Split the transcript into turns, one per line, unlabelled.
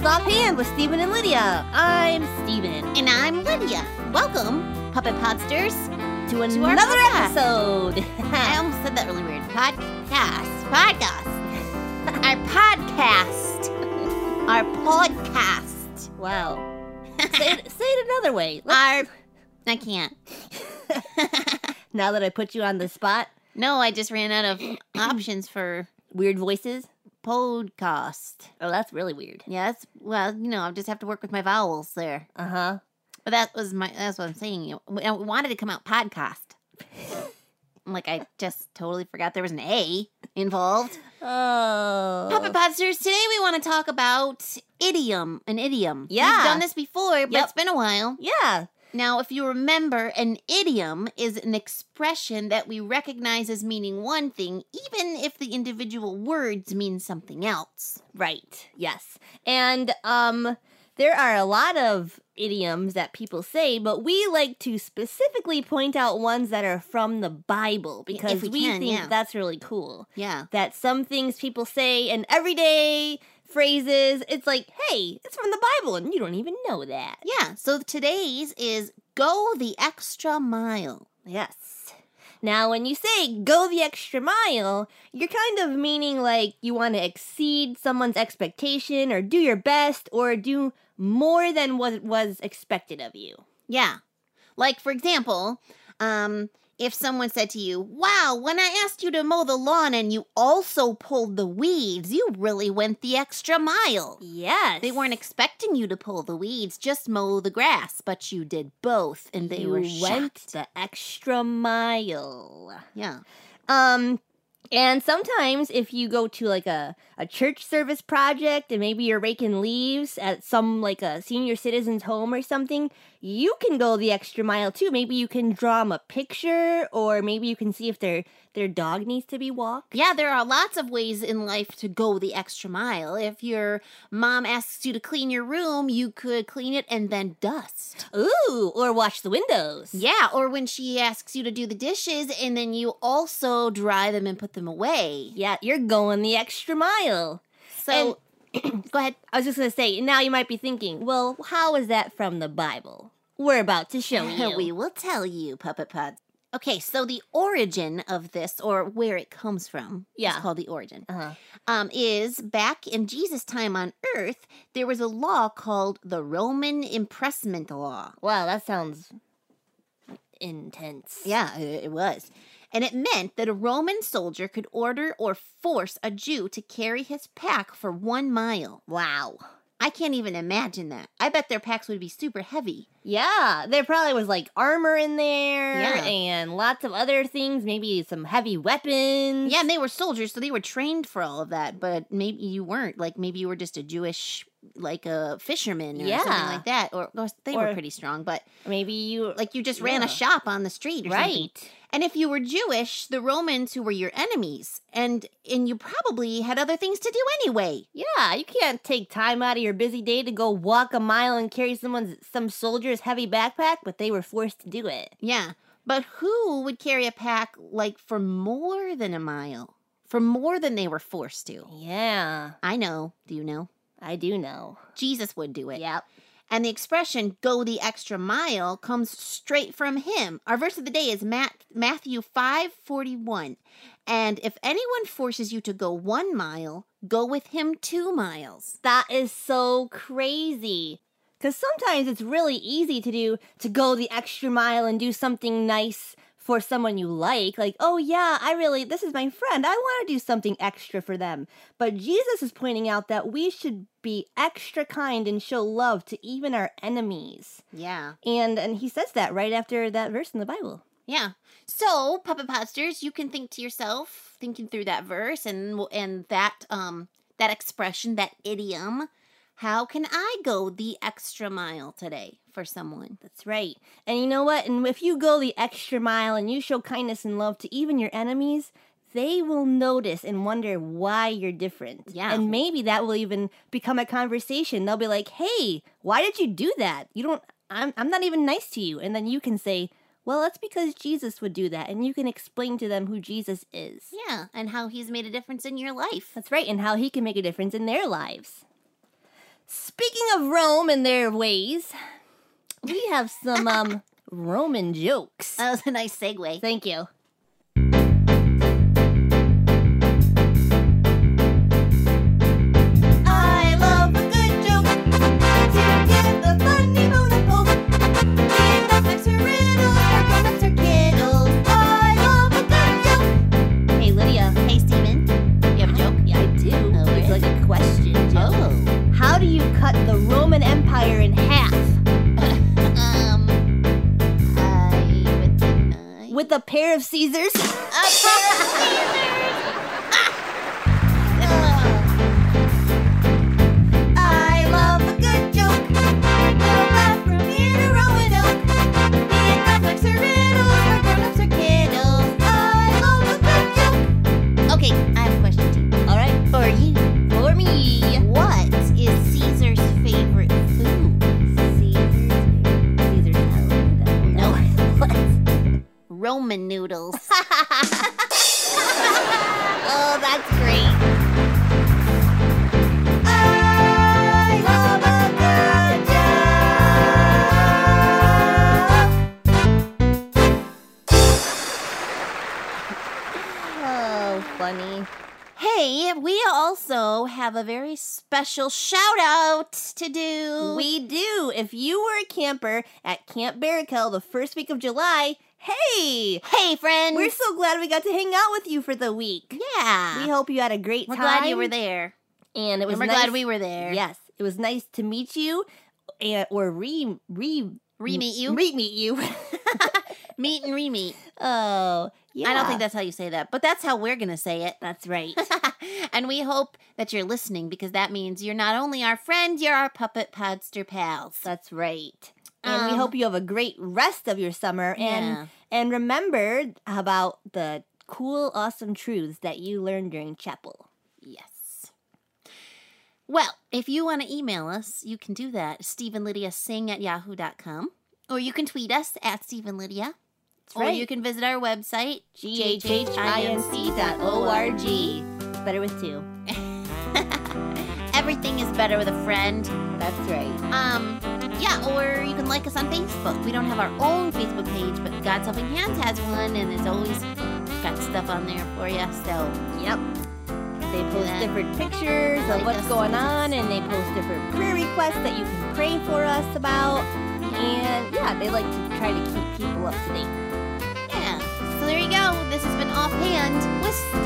Locked In with Steven and Lydia. I'm Steven.
And I'm Lydia. Welcome, Puppet Podsters.
To
our
another
podcast.
episode.
I almost said that really weird. Podcast. Podcast. our podcast. Our podcast.
wow. say, it, say it another way. Let's-
Our. I can't.
now that I put you on the spot,
no, I just ran out of options for
weird voices.
podcast.
Oh, that's really weird.
Yes. Well, you know, I just have to work with my vowels there.
Uh huh.
But that was my. That's what I'm saying. You know, I wanted to come out podcast. like I just totally forgot there was an A involved.
Uh. Oh.
Puppet Podsters, today we want to talk about idiom, an idiom.
Yeah.
We've done this before, but
Yep.
it's been a while.
Yeah.
Now, if you remember, an idiom is an expression that we recognize as meaning one thing, even if the individual words mean something else.
Right. Yes. And um there are a lot of idioms that people say, but we like to specifically point out ones that are from the Bible because
we
we,
can,
think
yeah.
that's really cool.
Yeah.
That some things people say in everyday phrases, it's like, hey, it's from the Bible and you don't even know that.
Yeah. So today's is go the extra mile.
Yes. Now, when you say go the extra mile, you're kind of meaning like you want to exceed someone's expectation or do your best or do more than what was expected of you.
Yeah. Like, for example, um, if someone said to you, Wow, when I asked you to mow the lawn and you also pulled the weeds, you really went the extra mile.
Yes.
They weren't expecting you to pull the weeds, just mow the grass, but you did both, and they
you
were
went
shocked.
the extra mile.
Yeah.
Um and sometimes if you go to like a, a church service project and maybe you're raking leaves at some like a senior citizen's home or something, you can go the extra mile too. Maybe you can draw them a picture or maybe you can see if their their dog needs to be walked.
Yeah, there are lots of ways in life to go the extra mile. If your mom asks you to clean your room, you could clean it and then dust.
Ooh, or wash the windows.
Yeah, or when she asks you to do the dishes and then you also dry them and put them away.
Yeah, you're going the extra mile.
So go ahead.
I was just going to say, now you might be thinking, well, how is that from the Bible? We're about to show you.
we will tell you, Puppet Pod. Okay, so the origin of this or where it comes from,
Yeah.
it's called the origin,
uh-huh.
um, is back in Jesus' time on earth, there was a law called the Roman Impressment Law.
Wow, that sounds intense.
Yeah, i- it was. And it meant that a Roman soldier could order or force a Jew to carry his pack for one mile. Wow. I can't even imagine that. I bet their packs would be super heavy.
Yeah, there probably was like armor in there
Yeah.
and lots of other things, maybe some heavy weapons.
Yeah, and they were soldiers, so they were trained for all of that, but maybe you weren't. Like, maybe you were just a Jewish, like a fisherman or something
Yeah.
like that. Or, or they were
Or-
pretty strong, but
maybe you
like you just ran
Yeah.
a shop on the street or something.
right.
And if you were Jewish, the Romans who were your enemies, and and you probably had other things to do anyway.
Yeah, you can't take time out of your busy day to go walk a mile and carry someone's some soldier's heavy backpack, but they were forced to do it.
Yeah. But who would carry a pack like for more than a mile? For more than they were forced to?
Yeah,
I know. Do you know?
I do know.
Jesus would do it.
Yep.
And the expression go the extra mile comes straight from him. Our verse of the day is Mat- Matthew 5:41. And if anyone forces you to go 1 mile, go with him 2 miles.
That is so crazy. Because sometimes it's really easy to do, to go the extra mile and do something nice for someone you like. Like, oh yeah, I really, this is my friend. I want to do something extra for them. But Jesus is pointing out that we should be extra kind and show love to even our enemies.
Yeah.
And and he says that right after that verse in the Bible.
Yeah. So, puppet posters, you can think to yourself, thinking through that verse and and that um that expression, that idiom, how can I go the extra mile today for someone?
That's right. And you know what? And if you go the extra mile and you show kindness and love to even your enemies, they will notice and wonder why you're different.
Yeah.
And maybe that will even become a conversation. They'll be like, "Hey, why did you do that? You don't I'm I'm not even nice to you." And then you can say, "Well, that's because Jesus would do that." And you can explain to them who Jesus is.
Yeah, and how he's made a difference in your life.
That's right, and how he can make a difference in their lives. Speaking of Rome and their ways, we have some um Roman jokes.
That was a nice segue.
Oh, Thank you. I love a good joke to get the funny bone and poke. It affects her riddles or connects her kiddles. I love a good joke. Hey, Lydia.
Hey, Steven. You have a joke?
Yeah, I do.
Oh,
it's
really?
like a question joke.
Oh.
How do you cut the Roman Empire in half?
Um. I would think uh, I-
With a pair of scissors?
A pair of scissors.
I love a good joke. We'll laugh from here to Roanoke. Be it complex or riddles, for grown-ups or kiddos. I love a good joke.
Ah. Okay, I have a question too.
All right,
For you,
for me.
what is Caesar's favorite food?
Caesar, Caesar salad.
No.
No.
what? Roman noodles. oh, that's great.
I love a good joke. Oh, funny.
Hey, we also have a very special shout out to do.
We do. If you were a camper at Camp Barracuda the first week of July, hey!
hey, friends.
We're so glad we got to hang out with you for the week.
yeah.
We hope you had a great
We're
time.
glad you were there.
And it was
And we're
nice.
glad we were there.
Yes, it was nice to meet you, and or re re
Re-meet you.
re meet you.
meet and re-meet.
oh, yeah.
I don't think that's how you say that, but that's how we're going to say it.
that's right.
and we hope that you're listening because that means you're not only our friend, you're our puppet podster pals.
that's right. And we
Um,
hope you have a great rest of your summer. And
yeah.
and remember about the cool, awesome truths that you learned during chapel.
Yes. Well, if you want to email us, you can do that. StephenLydiaSing at yahoo.com. Or you can tweet us at StephenLydia.
That's
Or
right.
you can visit our website,
G-H-H-I-N-C dot O-R-G. Better with two.
Everything is better with a friend.
That's right.
Um, yeah, or you can like us on Facebook. We don't have our own Facebook page, but God's Helping Hands has one, and it's always got stuff on there for you. So,
Yep. They post
Yeah.
different pictures
Like
of what's
us
going on,
sometimes.
and they post different prayer requests that you can pray for us about. And yeah, they like to try to keep people up to date.
yeah. So there you go. This has been Offhand with Steven.